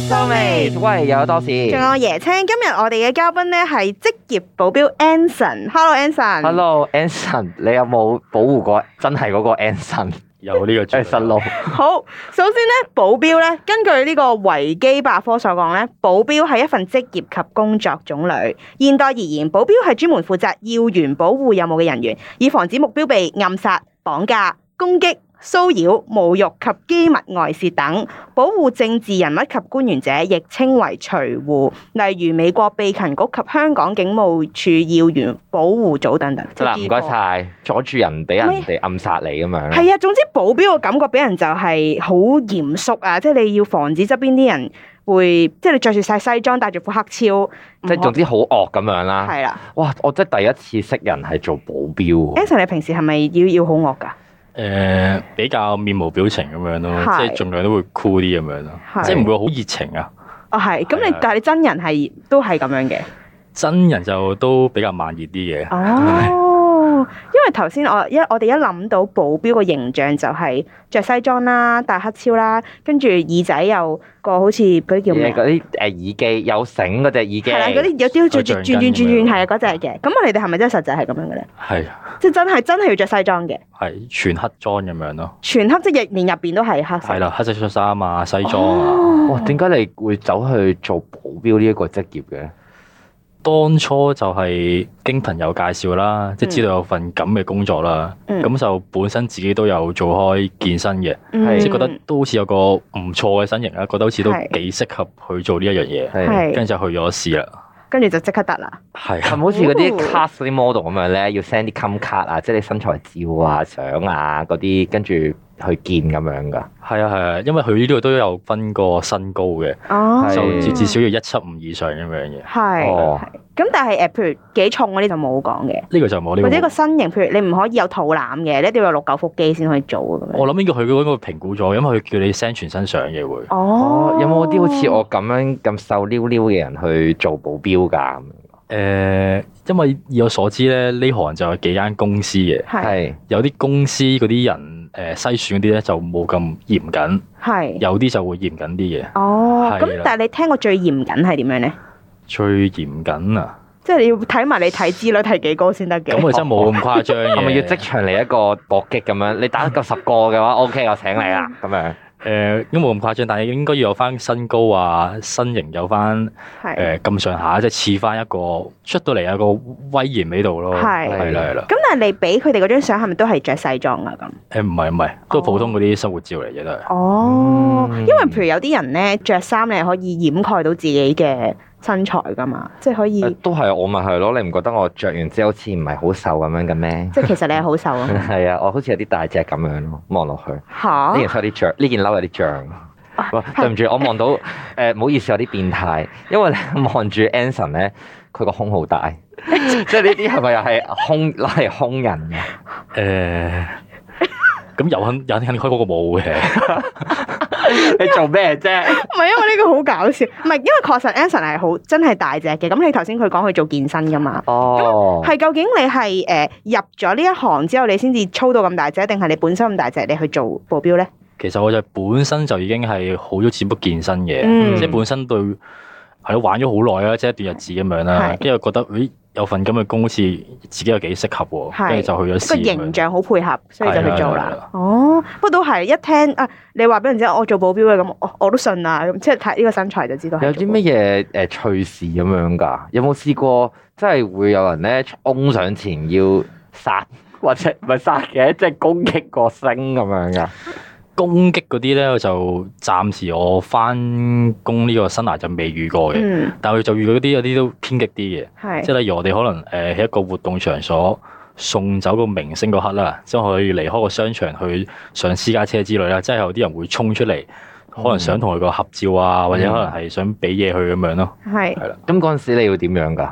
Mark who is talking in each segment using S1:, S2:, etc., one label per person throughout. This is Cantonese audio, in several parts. S1: Grace，喂，又有多士。
S2: 仲有椰青，今日我哋嘅嘉賓咧係職業保鏢 Anson。Hello，Anson。
S1: Hello，Anson，你有冇保護過真係嗰個 Anson？
S3: 有呢個
S1: 誒，失路。
S2: 好，首先咧，保鏢咧，根據呢個維基百科所講咧，保鏢係一份職業及工作種類。現代而言，保鏢係專門負責要員保護任務嘅人員，以防止目標被暗殺、綁架、攻擊、騷擾、侮辱及機密外泄等。保護政治人物及官員者，亦稱為隨護，例如美國秘勤局及香港警務處要員保護組等等。
S1: 嗱，唔該晒，阻住人俾人哋暗殺你咁
S3: 嗯
S1: 樣。
S2: 係啊，總之保鏢嘅感覺俾人就係好嚴肅啊，即係你要防止側邊啲人會，即係你着住晒西裝，戴住副黑超，即
S1: 即係總之好惡咁樣啦。
S2: 係啦。
S1: 哇！我真係第一次識人係做保鏢喎。
S2: Anson，你平時係咪要要好惡㗎？
S3: 誒、比較面無表情咁樣咯，
S2: 係
S3: 即係盡量都會酷啲咁樣咯，
S2: 係
S3: 即係唔會好熱情啊。
S2: 哦，係，咁你
S3: 係啊
S2: 但係你真人係都係咁樣嘅。
S3: 真人就都比較慢熱啲嘅，
S2: 哦，因為頭先我一我哋一諗到保鏢個形象就係着西裝啦，戴黑超啦，跟住耳仔又個好似嗰啲叫咩啊？
S1: 嗰啲誒耳機有繩嗰隻耳機。
S2: 係啦，嗰啲有啲好似
S3: 有橡
S2: 轉轉轉
S3: 筋咁
S2: 轉
S3: 樣
S2: 係啊嗰只嘅。咁我哋哋係咪真係實際係咁樣嘅咧？
S3: 係
S2: 即係真係真係要着西裝嘅。
S3: 係全黑裝咁樣咯，
S2: 全黑即係連入邊都係黑色。
S3: 係啦，黑色恤衫啊、西裝啊。
S2: 哦，
S1: 哇！點解你會走去做保鏢呢一個職業嘅？
S3: 當初就係經朋友介紹啦，即係知道有份咁嘅工作啦，
S2: 嗯
S3: 咁、就本身自己都有做開健身嘅，
S2: 嗯
S1: 係
S3: 即係覺得都好似有個唔錯嘅身形啦，覺得好似都
S2: 係
S3: 幾適合去做呢一樣嘢，
S1: 係
S2: 係，
S3: 跟住就去咗試啦，
S2: 跟住就即刻得啦。
S3: 係啊
S1: 係咪好似嗰啲
S2: 哦
S1: cast 嗰啲 model 咁樣咧，要 send 啲 com 卡啊，即係你身材照啊、相啊嗰啲，跟住去見咁樣㗎？
S3: 係啊係啊，因為佢呢度都有分個身高嘅，
S2: 哦
S1: 係
S3: 就至至少要一七五以上咁樣嘅。
S2: 係。
S1: 哦，
S2: 咁但係誒，呃譬如幾重嗰啲就冇講嘅，
S3: 呢個就冇呢
S2: 或者個
S3: 個。
S2: 身形，譬如你唔可以有肚腩嘅，你一定要有六嚿腹肌先可以做咁樣。
S3: 我諗呢個佢嗰個評估咗，因為佢叫你 send 全身相嘅會。
S2: 哦
S1: 哦，有冇啲好似我咁樣咁瘦溜溜嘅人去做保鏢㗎？
S3: 誒、呃因為以我所知咧，呢行就有幾間公司嘅，
S2: 係
S1: 係
S3: 有啲公司嗰啲人誒、呃篩選嗰啲咧就冇咁嚴謹，
S2: 係
S3: 有啲就會嚴謹啲嘅。
S2: 哦。
S3: 係
S2: 咁
S3: 啦
S2: 但係你聽過最嚴謹係點樣咧？
S3: 最嚴謹啊，
S2: 即係你要睇埋你體脂率係幾高先得嘅。
S3: 咁我真係冇咁誇張嘅。
S1: 係咪要即場嚟一個搏擊咁樣？你打 夠十個嘅話，OK，我請你啦
S2: 嗯
S1: 咁樣。
S3: 誒，呃因為冇咁誇張，但係應該要有翻身高啊、身形有翻
S2: 係。
S3: 誒呃咁上下，即係似翻一個出到嚟有個威嚴喺度咯。
S2: 係
S3: 係啦係啦。
S2: 咁但係你俾佢哋嗰張相係咪都係着西裝啊？咁？
S3: 誒唔係唔係，都係普通嗰啲生活照嚟嘅都係。
S2: 哦，
S1: 嗯
S2: 因為譬如有啲人咧着衫咧可以掩蓋到自己嘅身材噶嘛，即係可以，
S1: 誒都係我咪係咯，你唔覺得我着完之後好似唔係好瘦咁樣嘅咩？
S2: 即係其實你係好瘦啊。
S1: 係啊，我好似有啲大隻咁樣咯，望落去呢
S2: 吓，
S1: 件衫有啲脹，呢件褸有啲脹。
S2: 啊
S1: 哇對唔住，我望到誒，唔好意思，有啲變態，因為咧 望住 Anson 咧，佢個胸 好大，即係呢啲係咪又係胸係胸人啊嘅？
S3: 誒，呃咁有肯有肯開嗰個冇嘅，
S1: 你做咩啫？
S2: 唔係因為呢個好搞笑，唔係因為確實 Anson 係好真係大隻嘅。咁你頭先佢講佢做健身噶嘛，
S1: 哦，
S2: 係究竟你係誒、呃入咗呢一行之後你先至操到咁大隻，定係你本身咁大隻你去做保鏢咧？
S3: 其實我就本身就已經係好咗接觸健身嘅，
S2: 嗯
S3: 即係本身對係咯玩咗好耐啦，即係一段日子咁樣啦
S2: 係，
S3: 跟住覺得咦有份咁嘅工好似自己又幾適合
S2: 係
S3: 喎，跟住就去咗
S2: 個
S3: 試咁樣。
S2: 形象好配合，所以就去做
S3: 係啦係
S2: 啦
S3: 啦。
S2: 哦，不過都係一聽啊，你話俾人知我做保鏢嘅咁，我我都信啦。咁即係睇呢個身材就知道係
S1: 有
S2: 做
S1: 啲
S2: 保鏢
S1: 乜嘢誒呃趣事咁樣㗎？有冇試過真係會有人咧衝上前要殺， 或者唔係殺嘅，即係攻擊個星咁樣㗎？
S3: 攻擊嗰啲咧，我就暫時我翻工呢個生涯就未遇過嘅，
S2: 嗯，
S3: 但係就遇到啲有啲都偏激啲嘅。
S2: 係
S3: 即係例如我哋可能誒喺一個活動場所送走個明星嗰刻啦，即係可以離開個商場去上私家車之類啦，即係有啲人會衝出嚟，可能想同佢個合照啊，
S2: 嗯
S3: 或者可能係想俾嘢佢咁樣咯。
S2: 係
S1: 咁嗰陣時你要點樣㗎？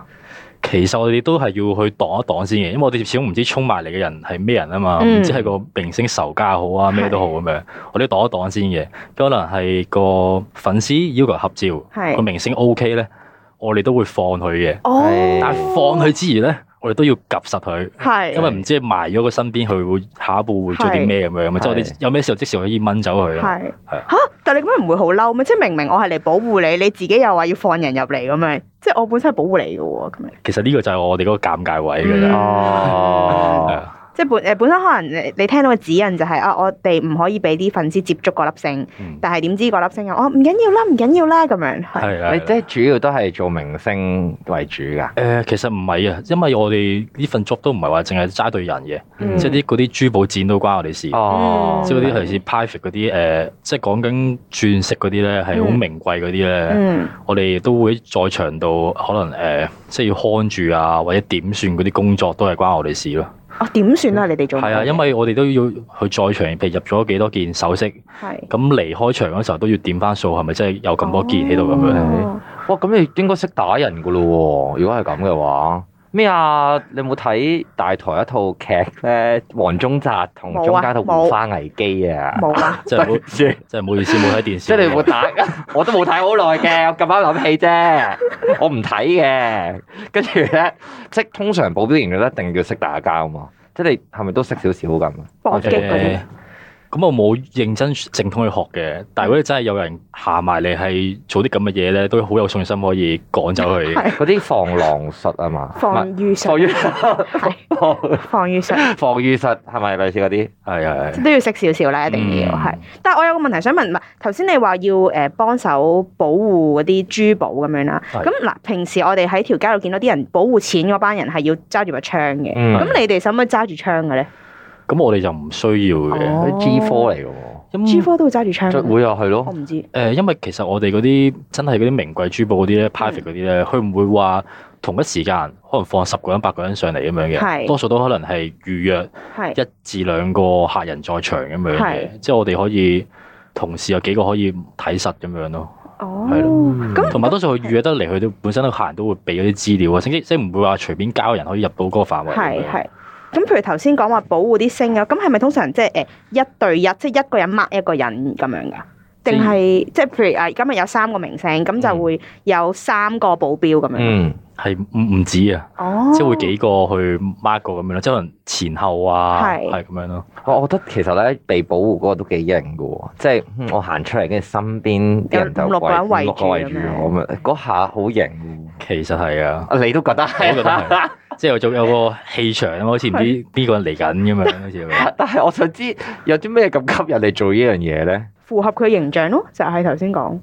S3: 其實我哋都係要去擋一擋先嘅，因為我哋始終唔知衝埋嚟嘅人係咩人啊嘛，
S2: 嗯
S3: 唔知係個明星仇家好啊咩都好咁樣，我哋擋一擋先嘅。咁可能係個粉絲要求合照，
S2: 係
S3: 個明星 OK 咧，我哋都會放佢嘅。
S2: 哦
S1: 係
S3: 但係放佢之餘咧，我哋都要及實佢，
S2: 係
S3: 因為唔知埋咗佢身邊，佢會下一步會做啲咩咁樣，即係我哋
S1: 係
S3: 有咩時候即時可以掹走佢啦。
S2: 係
S3: 係啊
S2: 吓，但你咁樣唔會好嬲咩？即係明明我係嚟保護你，你自己又話要放人入嚟咁樣，即係我本身係保護你嘅喎，咁樣
S3: 其實呢個就係我哋嗰個尷尬位嘅啫。
S2: 嗯
S1: 哦
S3: 係啊
S2: 即係本誒本身可能你你聽到嘅指引就係、啊，我哋唔可以俾啲粉絲接觸嗰粒星，
S3: 嗯
S2: 但係點知嗰粒星又哦唔緊要啦，唔緊要啦咁樣係。
S3: 係啊
S1: 你即係主要都係做明星為主㗎。
S3: 誒、其實唔係啊，因為我哋呢份 job 都唔係話淨係齋對人嘅，
S1: 嗯
S3: 即係啲嗰啲珠寶展都關我哋事。
S1: 哦，
S3: 即係嗰啲類似 private 嗰啲誒，即係講緊鑽石嗰啲咧，係好
S2: 嗯
S3: 名貴嗰啲咧，
S2: 嗯，
S3: 我哋都會在場度可能誒、即係要看住啊，或者點算嗰啲工作都係關我哋事咯。
S2: 哦點算啊？你哋做唔
S3: 係
S2: 到
S3: 啊，
S2: 嘅
S3: 因為我哋都要去在場，譬如入咗幾多件首飾，
S2: 係
S3: 咁離開場嗰時候都要點翻數，係咪真係有咁多件喺度咁樣咧？
S2: 哦
S1: 哇，咁你應該識打人噶咯喎！如果係咁嘅話，咩啊？你有冇睇大台一套劇咧？黃宗澤同
S2: 冇啊
S1: 中間套《護花危機》啊？
S2: 冇啊，
S3: 即係好，即係唔好意思，冇睇電視。
S1: 即係你有冇打？我都冇睇好耐嘅，我咁啱諗起啫，我唔睇嘅。跟住咧，即係通常保鏢型嘅一定要識打交嘛。即係你係咪都識少少咁啊？
S2: 搏擊嗰啲
S3: 誒，咁我冇認真正統去學嘅，但係如果真係有人行埋嚟係做啲咁嘅嘢咧，都好有信心可以趕走佢。
S2: 係
S1: 嗰啲防狼術啊嘛，
S2: 防
S1: 唔
S2: 禦
S1: 係防
S2: 術
S1: 禦
S2: 係
S1: 防
S2: 防禦術。
S1: 防禦術係咪類似嗰啲？
S3: 係係係
S2: 都要識少少啦，一定要
S3: 嗯
S2: 係。但係我有個問題想問，唔係頭先你話要誒幫手保護嗰啲珠寶咁樣啦。
S3: 係
S2: 咁嗱，平時我哋喺條街度見到啲人保護錢嗰班人係要揸住把槍嘅。
S1: 嗯
S2: 咁你哋使唔使揸住槍嘅咧
S3: 咁我哋就唔需要嘅。
S2: 哦
S1: 嗰啲 G 科嚟嘅
S2: ？G
S3: 咁
S2: Four 都會揸住槍
S1: 喎，
S2: 嘅，
S1: 會啊，係咯
S2: 我。唔知。
S3: 誒，呃因為其實我哋嗰啲真係嗰啲名貴珠寶嗰啲咧，private 嗰啲咧，佢唔會話同一時間可能放十個人、八個人上嚟咁樣
S2: 係
S3: 嘅，多數都可能係預約
S2: 係
S3: 一至兩個客人在場咁樣
S2: 係
S3: 嘅，即係我哋可以同時有幾個可以睇實咁樣咯。
S2: 哦，
S3: 係
S2: 咁
S3: 同埋多數佢預約得嚟，佢都本身都客人都會俾嗰啲資料啊，即即係唔會話隨便交人可以入到嗰個範圍。
S2: 係係。咁譬如頭先講話保護啲星啊，咁係咪通常即係誒一對一，即係一個人 mark 一個人咁樣噶？定係即係譬如啊誒今日有三個明星，咁
S3: 嗯
S2: 就會有三個保鏢咁樣。
S1: 嗯，
S3: 係唔唔止啊，
S2: 哦，
S3: 即係會幾個去 mark 個咁樣咯，即係可能前後啊，
S2: 係
S3: 係咁樣咯。
S1: 我我覺得其實咧被保護嗰個都幾型嘅喎，即係嗯我行出嚟，跟住身邊啲人就
S2: 有五六個人圍住
S1: 五六個圍住我咁樣，嗰下好型
S3: 其實係啊，
S1: 喎。你都覺得
S3: 我都覺得
S1: 係？
S3: 係，即係有種有個氣場啊，好似唔知邊個人嚟緊咁樣，好似 咁 樣
S1: 但係我想知有啲咩咁吸引你做呢樣嘢咧？
S2: 符合佢形象咯，就係頭先講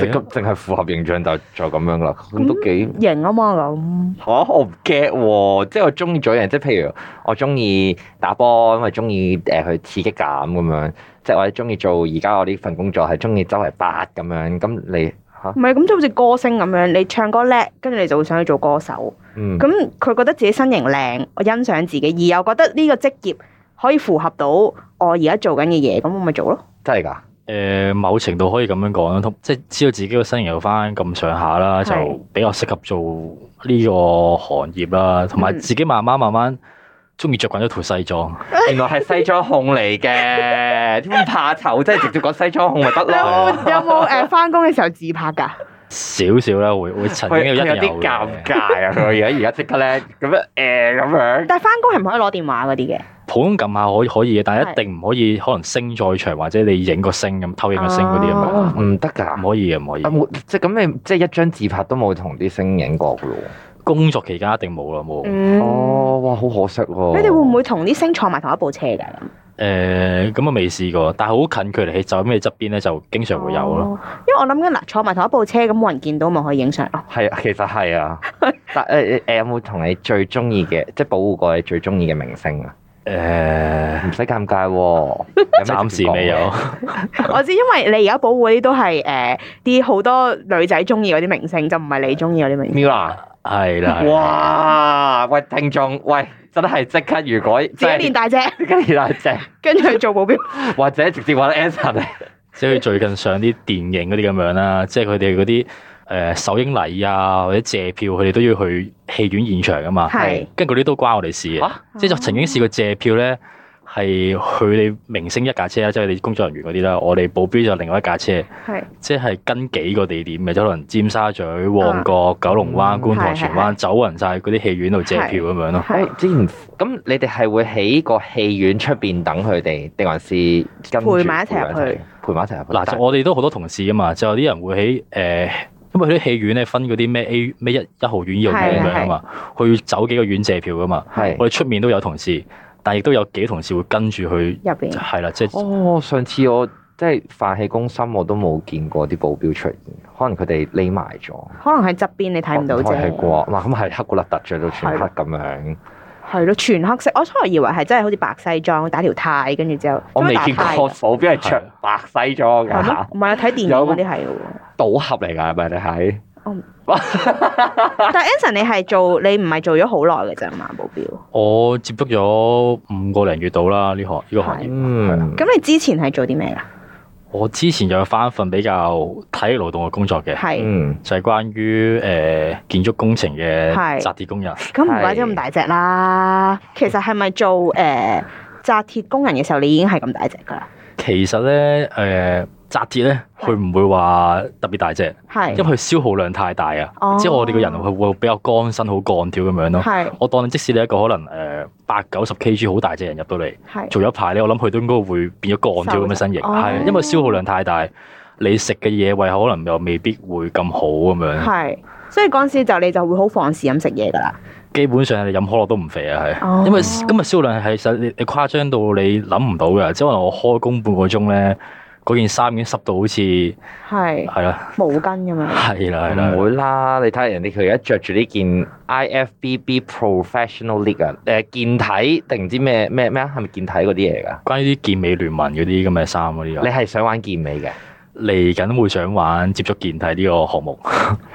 S1: 即
S3: 係
S1: 係
S3: 啊。
S1: 淨係符合形象就就咁樣啦，咁都幾
S2: 型啊嘛咁。
S1: 嚇我唔 get 喎，即係我中意咗人，即係譬如我中意打波，因為中意誒去刺激感咁樣，即係或者中意做而家我呢份工作係中意周圍八咁樣，咁你嚇
S2: 唔係咁，即係好似歌星咁樣，你唱歌叻，跟住你就會想去做歌手。
S1: 嗯
S2: 咁佢覺得自己身形靚，我欣賞自己，而又覺得呢個職業可以符合到我而家做緊嘅嘢，咁我咪做咯。
S1: 真係㗎？
S3: 誒、某程度可以咁樣講啦，同即係知道自己個身形有翻咁上下啦，就
S2: 係
S3: 比較適合做呢個行業啦，同埋
S2: 嗯
S3: 自己慢慢慢慢中意着慣咗套西裝。
S1: 原來係西裝控嚟嘅，點會怕醜？即係直接講西裝控咪得
S2: 你有
S3: 啊
S2: 冇
S1: 咯。
S2: 有冇誒翻工嘅時候自拍㗎？
S3: 少少啦，會 會曾
S1: 佢
S3: 經有
S1: 佢啊有
S3: 一定有
S1: 啲尷
S3: 嘅
S1: 尬啊！佢而家而家即刻咧咁樣誒咁樣，
S2: 但係翻工係唔可以攞電話嗰啲嘅。
S3: 普通撳下可以可以嘅，但係一定唔可以可能星在場或者你影個星咁偷影個星嗰啲咁樣，
S2: 哦
S3: 唔
S1: 唔得㗎。
S3: 可以嘅，唔可以
S1: 啊。冇即係咁，你即係一張自拍都冇同啲星影過㗎咯
S3: 工作期間一定冇啦，冇。
S1: 喎。
S3: 誒、
S2: 嗯，
S1: 哦，哇，好可惜喎！
S2: 你哋會唔會同啲星坐埋同一部車㗎？
S3: 咁啊未試過，但係好近距離喺酒咩側邊咧，就經常會有咯。
S2: 哦。因為我諗緊嗱，坐埋同一部車咁冇人見到，咪可以影相咯。
S1: 係啊，其實 係啊。但誒誒，有冇同你最中意嘅，即係保護過你最中意嘅明星啊？
S3: 誒、
S1: 唔使尷尬喎，
S3: 呃暫時未有。。
S2: 我知，因為你而家保護嗰啲都係誒啲好多女仔中意嗰啲明星，就唔係你中意嗰啲明星。
S1: Mira，
S3: 啊係啦，係啦
S1: 哇！喂，聽眾，喂，真係即刻，如果
S2: 自
S1: 即
S2: 己
S1: 係
S2: 練大隻，
S1: 即刻練大隻，
S2: 跟住去做保鏢。
S1: 或者直接揾 Anson 嚟。
S3: 即係最近上啲電影嗰啲咁樣啦，即係佢哋嗰啲誒首映禮啊，或者借票，佢哋都要去戲院現場噶嘛。
S2: 係
S3: 跟住嗰啲都關我哋事嘅，
S1: 嚇
S3: 即係就曾經試過借票咧，係去你明星一架車啦，即係你工作人員嗰啲啦，我哋保鏢就另外一架車，
S2: 係
S3: 即係跟幾個地點嘅，即係可能尖沙咀、旺角、九龍灣、觀塘、
S2: 啊嗯係係
S3: 荃灣，走勻晒嗰啲戲院度借票咁樣咯。
S1: 誒之前咁你哋係會喺個戲院出邊等佢哋，定還是跟住
S2: 陪埋一齊入去？
S1: 陪埋一齊入去。
S3: 嗱，就我哋都好多同事噶嘛，就有啲人會喺誒、呃因為佢啲戲院咧分嗰啲咩 A 咩一一號院、二號院咁樣啊嘛，去走幾個院借票噶嘛。
S1: 係
S3: 我哋出面都有同事，但亦都有幾個同事會跟住去，
S2: 入邊。
S3: 係啦，即係
S1: 哦，上次我即係泛氣攻心，我都冇見過啲保鏢出現，可能佢哋匿埋咗，
S2: 可能喺側邊你睇唔到
S1: 係
S2: 啫，
S1: 啩？哇，咁係黑古勒特着到全黑咁樣，
S2: 係咯，全黑色。我初頭以為係真係好似白西裝打條呔，跟住之後
S1: 我未見
S2: 點解打呔
S1: 過
S2: 㗎
S1: 保鏢係着白西裝㗎
S2: 係咩
S1: 嚇，
S2: 唔係啊，睇電影
S1: 有
S2: 嗰啲係嘅喎。
S1: 賭俠嚟㗎係咪？你係
S2: 但係 Anson 你係做你唔係做咗好耐嘅啫嘛，保鏢。
S3: 我接觸咗五個零月到啦，呢行呢個行業。
S1: 嗯，
S2: 咁你之前係做啲咩啊㗎？
S3: 我之前有翻一份比較體力勞動嘅工作嘅，
S2: 係，
S1: 嗯，
S3: 就係關於誒、呃建築工程嘅
S2: 係
S3: 紮鐵工人。
S2: 咁唔怪之咁大隻啦。其實係咪做誒紮鐵工人嘅時候，你已經係咁大隻㗎啦？
S3: 其實咧誒紮鐵咧，佢唔會話特別大隻，因
S2: 係，
S3: 為佢消耗量太大啊。
S2: 哦
S3: 即係我哋個人係會比較乾身、好幹跳咁樣咯。
S2: 係
S3: 我當你即使你一個可能誒八九十 kg 好大隻人入到嚟。
S2: 係
S3: 做咗一排咧，我諗佢都應該會變咗鋼條咁嘅身形，
S2: 嗯瘦咗
S3: 係、
S2: 哦
S3: 因為消耗量太大，你食嘅嘢胃口可能又未必會咁好咁樣。
S2: 係，所以嗰陣時就你就會好放肆咁食嘢㗎啦。
S3: 基本上你飲可樂都唔肥啊，係、
S2: 哦
S3: 因為今日消耗量係實你你誇張到你諗唔到嘅，即係可能我開工半個鐘咧，嗰件衫已經濕到好似係
S2: 係
S3: 啦，
S2: 毛巾咁樣。
S3: 係啦，係
S1: 唔
S3: 啦。
S1: 會啦，你睇下人哋佢而家着住呢件 IFBB Professional League 啊，誒健體定唔知咩咩咩啊，係咪健體嗰啲嘢㗎？
S3: 關於啲健美聯盟嗰啲咁嘅衫嗰啲
S1: 你
S3: 啊，
S1: 係想玩健美嘅？
S3: 嚟緊會想玩接觸健體呢個項目。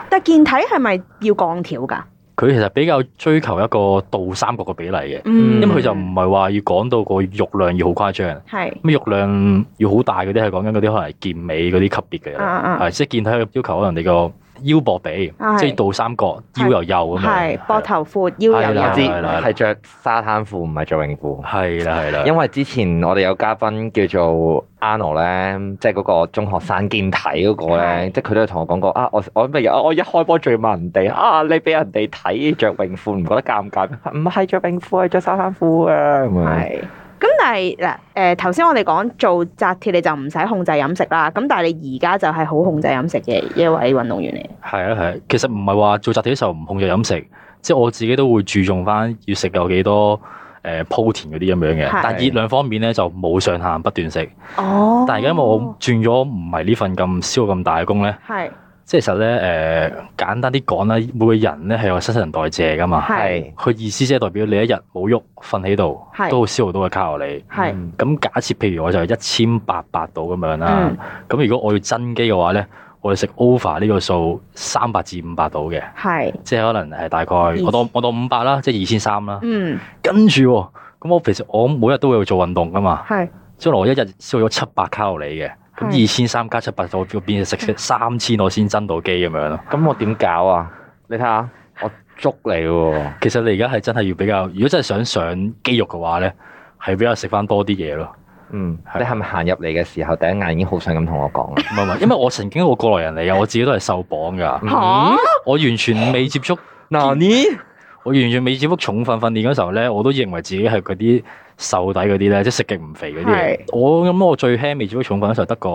S2: 但健體係咪要鋼條㗎？
S3: 佢其實比較追求一個倒三角嘅比例嘅，
S1: 嗯
S3: 因為佢就唔係話要講到個肉量要好誇張。
S2: 係
S3: 咁肉量要好大嗰啲係講緊嗰啲可能係健美嗰啲級別嘅
S2: 啊啊
S3: 啦，係即係健體嘅要求可能你個腰膊比
S2: 啊，係
S3: 即係倒三角，腰又幼咁
S2: 係
S3: 樣，
S2: 膊頭闊腰
S1: 係
S2: 又
S1: 啦，我
S2: 有
S1: 知
S3: 係啦
S1: 係着沙灘褲，唔係着泳褲。
S3: 係啦係啦，
S1: 因為之前我哋有嘉賓叫做 Ano 咧，即係嗰個中學生健體嗰個咧，
S2: 係
S1: 即係佢都有同我講過啊，我我咩啊，我一開波最問人哋啊，你俾人哋睇着泳褲唔覺得尷尬咩？唔係着泳褲，係着沙灘褲啊咁樣。
S3: 嗯
S2: 係。咁但係嗱，誒頭先我哋講做紮鐵你就唔使控制飲食啦，咁但係你而家就係好控制飲食嘅一位運動員嚟。
S3: 係啊係啊，其實唔係話做集體嘅時候唔控制飲食，即係我自己都會注重翻要食有幾多。誒鋪田嗰啲咁樣
S2: 係
S3: 嘅，但熱量方面咧就冇上限，不斷食。
S2: 哦
S3: 但係而家因為我轉咗唔係呢份咁燒咁大嘅工咧，
S2: 係
S3: 即係其實咧誒、簡單啲講啦，每個人咧係有新陳代謝噶嘛。
S2: 係
S1: 係
S3: 佢意思即係代表你一日冇喐，瞓喺度
S2: 係
S3: 都好消耗到嘅卡路里。
S2: 係
S1: 嗯
S3: 咁假設譬如我就係一千八百度咁樣啦
S2: 嗯，
S3: 咁、如果我要增肌嘅話咧，我哋食 over 呢個數三百至五百度嘅，
S2: 係
S3: 即係可能係大概我當我當五百啦，即係二千三啦。
S2: 嗯
S3: 跟住喎，咁我平時我每日都會做運動噶嘛，
S2: 係
S3: 將來我一日消耗咗七百卡路里嘅，
S2: 係
S3: 咁
S2: 嗯
S3: 二千三加七百就變成食三千我先增到肌咁樣咯。
S1: 咁我點搞啊？你睇下，我捉你喎！
S3: 其實你而家係真係要比較，如果真係想上肌肉嘅話咧，係比較食翻多啲嘢咯。
S1: 嗯，
S3: 係
S1: 你係咪行入嚟嘅時候第一眼已經好想咁同我講啦？
S3: 唔 係唔係，因為我曾經我過來人嚟嘅，我自己都係瘦磅噶，
S2: 嚇
S3: 我完全未接觸，
S1: 嗱你
S3: 我完全未接觸重訓訓練嗰時候咧，我都認為自己係嗰啲瘦底嗰啲咧，即係食極唔肥嗰啲
S2: 係
S3: 嘢。我咁我最輕未接觸重訓嗰時候得個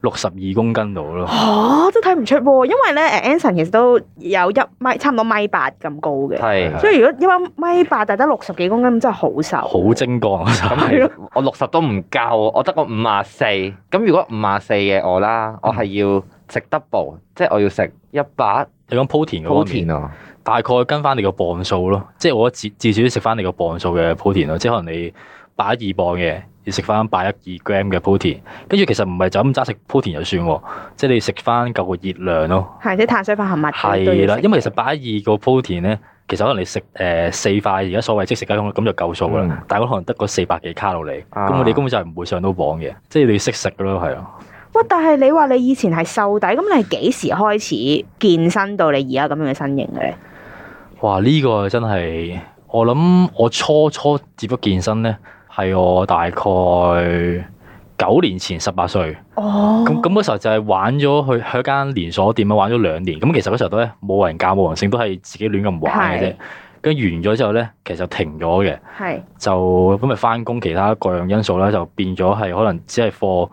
S3: 六十二公斤 度咯，
S2: 嚇都睇唔出喎，因為咧誒 Anson 其實都有一米差唔多米八咁高嘅，
S1: 係
S2: 所以如果一米八但係得六十幾公斤，真係好瘦。
S3: 好精啊幹嗰時候
S1: 咁係我六十都唔夠，我得個五啊四。咁如果五啊四嘅我啦，我係要食 double，即係我要食一百
S3: 你講鋪田
S1: 好
S3: 嗰方面
S1: 田，啊。
S3: 大概跟翻你個磅數咯，即係我至至少食翻你個磅數嘅鋪田咯，即係可能你八一二磅嘅，要食翻八一二 gram 嘅鋪田，跟住其實唔係就咁齋食鋪田就算喎，即係你食翻夠個熱量咯。
S2: 係即係碳水化合物嗰啲都要
S3: 係啦，
S2: 食
S3: 因為其實八一二個鋪田咧，其實可能你食誒、呃四塊而家所謂即食雞胸咁就夠數啦，
S1: 嗯
S3: 但係可能得嗰四百幾卡路里，
S1: 啊
S3: 咁我哋根本就係唔會上到磅嘅，即係你要識食咯，係啊。
S2: 哇！但係你話你以前係瘦底，咁你係幾時開始健身到你而家咁樣嘅身形嘅咧？
S3: 哇！呢、個真係我諗我初初接觸健身咧，係我大概九年前十八歲。
S2: 哦，
S3: 咁咁嗰時候就係玩咗去去一間連鎖店啊，玩咗兩年。咁其實嗰時候都咧冇人教冇人性，都係自己亂咁玩嘅啫
S2: 係。
S3: 跟住完咗之後咧，其實就停咗嘅，
S2: 係
S3: 就咁咪翻工，其他各樣因素啦，就變咗係可能只係課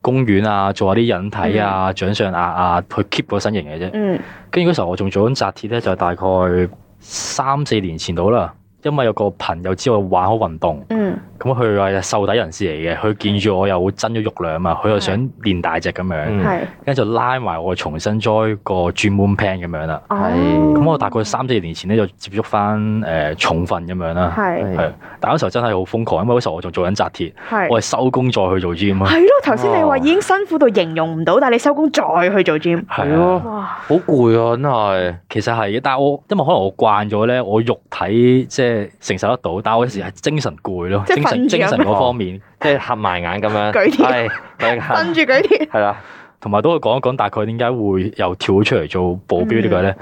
S3: 公園啊，做下啲引體啊、掌上壓啊，去 keep 個身形嘅啫。
S2: 嗯
S3: 跟住嗰時候我仲做緊扎鐵咧，就係大概三四年前到啦。因為有個朋友知我玩開運動，
S2: 嗯
S3: 咁佢係瘦底人士嚟嘅，佢見住我又增咗肉量啊，佢又想練大隻咁樣。
S1: 嗯
S2: 係
S3: 跟住就拉埋我重新 join 個轉 moon plan 咁樣啦。
S2: 哦
S1: 係
S3: 咁我大概三四年前咧就接觸翻誒、呃重訓咁樣啦。
S2: 嗯係啊
S3: 係但嗰時候真係好瘋狂，因為嗰時候我仲做緊扎鐵，
S2: 係
S3: 我係收工再去做 gym 啊。
S2: 係咯，頭先你話
S1: 哦
S2: 已經辛苦到形容唔到，但係你收工再去做 gym，
S1: 係
S3: 係啊，
S1: 咯，
S2: 哇，
S1: 好攰啊，真係。
S3: 其實係嘅，但係我因為可能我慣咗咧，我肉體即係承受得到，但係我有時係精神攰咯，
S2: 即係瞓住啊
S3: 精神
S2: 咁
S3: 精神嗰方面，
S1: 即係合埋眼咁樣，
S2: 舉鐵
S1: 係舉鐵
S2: 分住舉鐵，
S1: 係啦，
S3: 同埋都可以講一講大概點解會又跳咗出嚟做保鏢呢個
S2: 嗯
S3: 咧，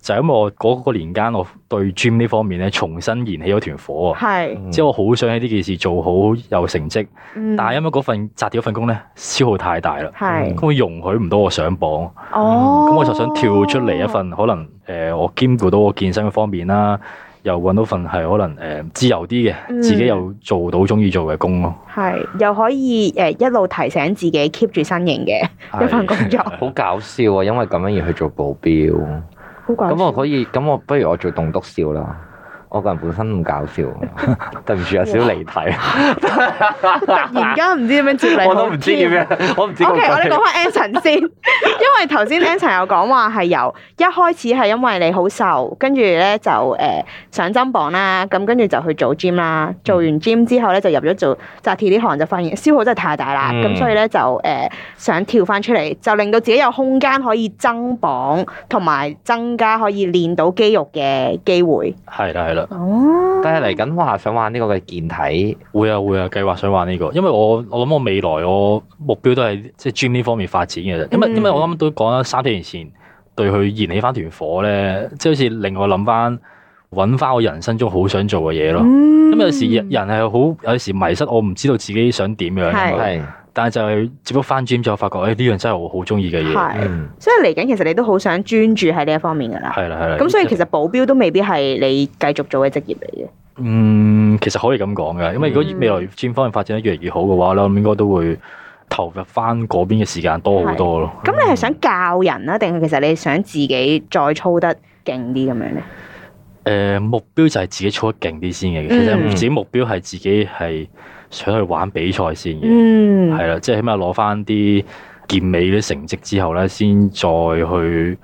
S3: 就係因為我嗰個年間我對 gym 呢方面咧重新燃起咗團火啊。
S2: 係，
S1: 嗯
S3: 即係我好想喺呢件事做好有成績，
S2: 嗯
S3: 但係因為嗰份扎掉嗰份工咧消耗太大啦，
S2: 係
S3: 咁佢容許唔到我上榜，咁、
S2: 哦，
S3: 我就想跳出嚟一份可能誒、呃我兼顧到我健身嘅方面啦，又揾到份係可能誒、呃自由啲嘅，
S2: 嗯
S3: 自己又做到中意做嘅工咯。
S2: 係又可以誒一路提醒自己 keep 住身形嘅一份工作，
S1: 好搞笑啊！因為咁樣而去做保鏢，
S2: 好怪。
S1: 咁我可以，咁我不如我做棟篤笑啦。我個人本身唔搞笑， 對唔住有少少離題，
S2: 突然間唔知點樣接你，
S1: 啊 我都唔知點。樣， 我唔知
S2: O
S1: 講
S2: 啊 K，我哋
S1: 乜
S2: 講翻 Anson 先，因 為頭先 Anson 有講話係由一開始係因為你好瘦，跟住咧就誒、呃上增磅啦，咁跟住就去做 gym 啦，做完
S1: 嗯
S2: gym 之後咧就入咗做扎鐵呢行，就發現消耗真係太大啦，咁、
S1: 嗯
S2: 所以咧就誒、呃想跳翻出嚟，就令到自己有空間可以增磅，同埋增加可以練到肌肉嘅機會。
S3: 係啦係啦，
S2: 哦，
S1: 但係嚟緊話想玩呢個嘅健體，
S3: 會啊會啊，計劃想玩呢、個，因為我我諗我未來我目標都係即係 gym 呢方面發展嘅啫，因為、
S2: 嗯
S3: 因為我啱啱都講啦，三四年前對佢燃起翻團火咧，即係好似令我諗翻揾翻我人生中好想做嘅嘢咯。
S2: 嗯
S3: 因為有時人人係好有時迷失，我唔知道自己想點樣啊嘛，
S1: 係
S3: 但係就係接觸翻 gym 之後，發覺哎誒呢樣真係我好中意嘅嘢，係
S2: 係，
S1: 嗯
S2: 所以嚟緊其實你都好想專注喺呢一方面㗎啦。
S3: 啦係啦。
S2: 咁所以其實保鏢都未必係你繼續做嘅職業嚟嘅。
S3: 嗯，其實可以咁講嘅，因為如果
S2: 嗯
S3: 未來 gym 方面發展得越嚟越好嘅話咧，我諗應該都會投入翻嗰邊嘅時間多好多咯。
S2: 咁你係想教人啦，定係其實你想自己再操得勁啲咁樣咧？
S3: 誒、目標就係自己操得勁啲先嘅，其
S2: 嗯
S3: 實自己目標係自己係想去玩比賽先嘅，
S2: 嗯
S3: 係啦、即係起碼攞翻啲健美啲成績之後咧，先再去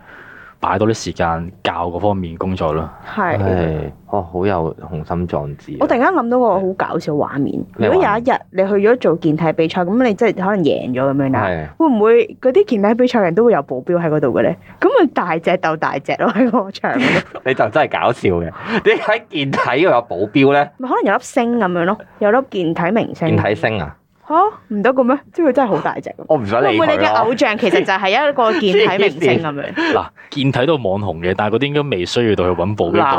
S3: 擺多啲時間教嗰方面工作咯。
S2: 係。
S1: 係，哦好有雄心壯志啊。
S2: 我突然間諗到個好搞笑畫面，如
S1: 咩畫面
S2: 果有一日你去咗做健體比賽，咁你即係可能贏咗咁樣啦，
S1: 係
S2: 會唔會嗰啲健體比賽人都會有保鏢喺嗰度嘅咧？咁咪大隻鬥大隻咯喺個場嗰度，
S1: 你就真係搞笑嘅。 點解健體要有保鏢咧？
S2: 咪可能有粒星咁樣咯，有粒健體明星
S1: 健體星啊，
S2: 嚇唔得嘅咩？即係佢真係好大隻咁。
S1: 我唔想
S2: 會
S1: 理
S2: 唔會你
S1: 佢
S2: 嘅
S1: 咯
S2: 偶。像其實就係一個健體明星咁樣？
S3: 嗱，健體都網紅嘅，但係嗰啲應該未需要到去揾保鏢保護。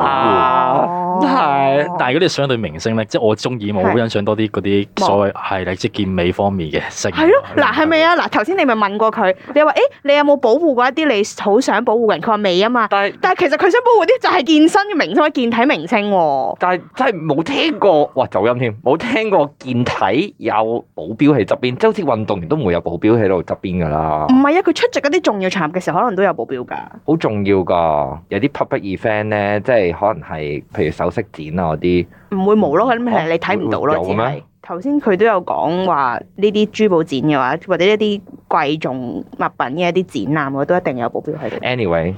S2: 哦
S1: 啊係
S3: 但係嗰啲相對明星咧，即係我中意，我好欣賞多啲嗰啲所謂係啦，即係健美方面嘅星。
S2: 係咯，嗱係咪啊？嗱頭先你咪問過佢，你話誒、你有冇保護過一啲你好想保護嘅人？佢話未啊嘛。
S1: 但係
S2: 但係其實佢想保護啲就係健身嘅明星、健體明星啊喎。
S1: 但係真係冇聽過，哇走音添，冇聽過健體有保鏢喺側邊，即係好似運動員都唔會有保鏢喺度側邊㗎啦
S2: 唔，係啊，佢出席嗰啲重要場合嘅時候，可能都有保鏢㗎。
S1: 好重要㗎。有啲 public event 咧，即係可能係譬如首飾展啊嗰啲，
S2: 唔會冇咯，咁
S1: 哦
S2: 係你睇唔到咯，
S1: 有
S2: 只
S1: 嘅
S2: 係
S1: 咩
S2: 頭先佢都有講話呢啲珠寶展嘅話，或者一啲貴重物品嘅一啲展覽，我都一定有保鏢喺度。
S1: Anyway。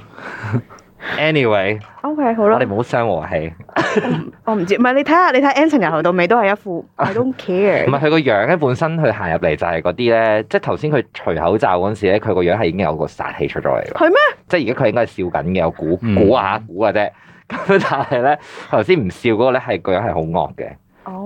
S1: Anyway，
S2: OK，好
S1: 我
S2: 啦
S1: 哋，唔好傷和氣。
S2: 我唔知，唔係你睇下，你睇 Anson 由頭到尾都係一副 I don't
S1: 唔
S2: care。
S1: 係佢個樣咧，本身佢行入嚟就係嗰啲咧，即係頭先佢除口罩嗰陣時咧，佢個樣係已經有個殺氣出咗嚟㗎。
S2: 係咩？
S1: 即係而家佢應該係笑緊嘅，我估
S3: 嗯
S1: 估下估嘅啫。咁但係咧，頭先唔笑嗰個咧係個樣係好惡嘅。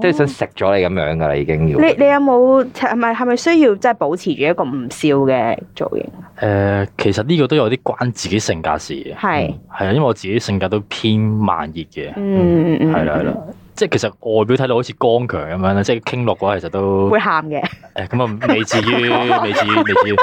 S1: 即係想食咗你咁樣噶啦，已經要。
S2: 哦你你有冇係咪係咪需要即係保持住一個唔笑嘅造型？
S3: 誒、呃其實呢個都有啲關自己性格事嘅，
S2: 係
S3: 係啊，因為我自己性格都偏慢熱嘅，
S2: 嗯嗯嗯，
S3: 係啦係啦，即係其實外表睇到好似剛強咁樣咧，即係傾落嘅話，其實都
S2: 會喊嘅，
S3: 誒咁啊，未至 於，未至於，未至於，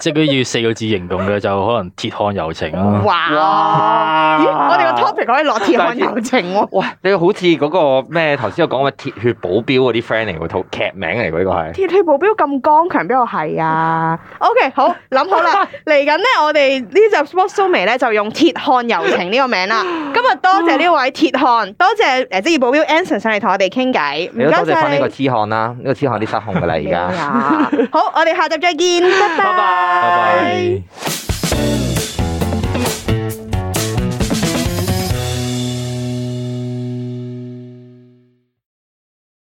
S3: 即係嗰啲要四個字形容嘅就可能鐵漢柔情啦。
S2: 哇！
S1: 哇
S2: 咦，我哋個 topic 可以落鐵漢柔情 喎，
S1: 喂，你好似嗰個咩頭先我講嘅鐵血保鏢嗰啲 friend 嚟喎，套劇名嚟喎，呢個係。
S2: 鐵血保鏢咁剛強，邊個係啊？OK，好諗 好啦，嚟緊呢，我哋呢集 Sports s o m 咧就用鐵漢柔情呢個 名啦。今日多謝呢位鐵漢，多謝誒職業保鏢 Anson 上嚟同我哋傾偈，
S1: 你
S2: 唔
S1: 都
S2: 該
S1: 多謝
S2: 晒
S1: 翻
S2: 你
S1: 呢
S2: 啊
S1: 個。痴漢啦，呢個 痴漢啲失控㗎啦而家。
S2: 好，我哋下集再見，拜拜。
S1: 拜拜
S3: 拜拜。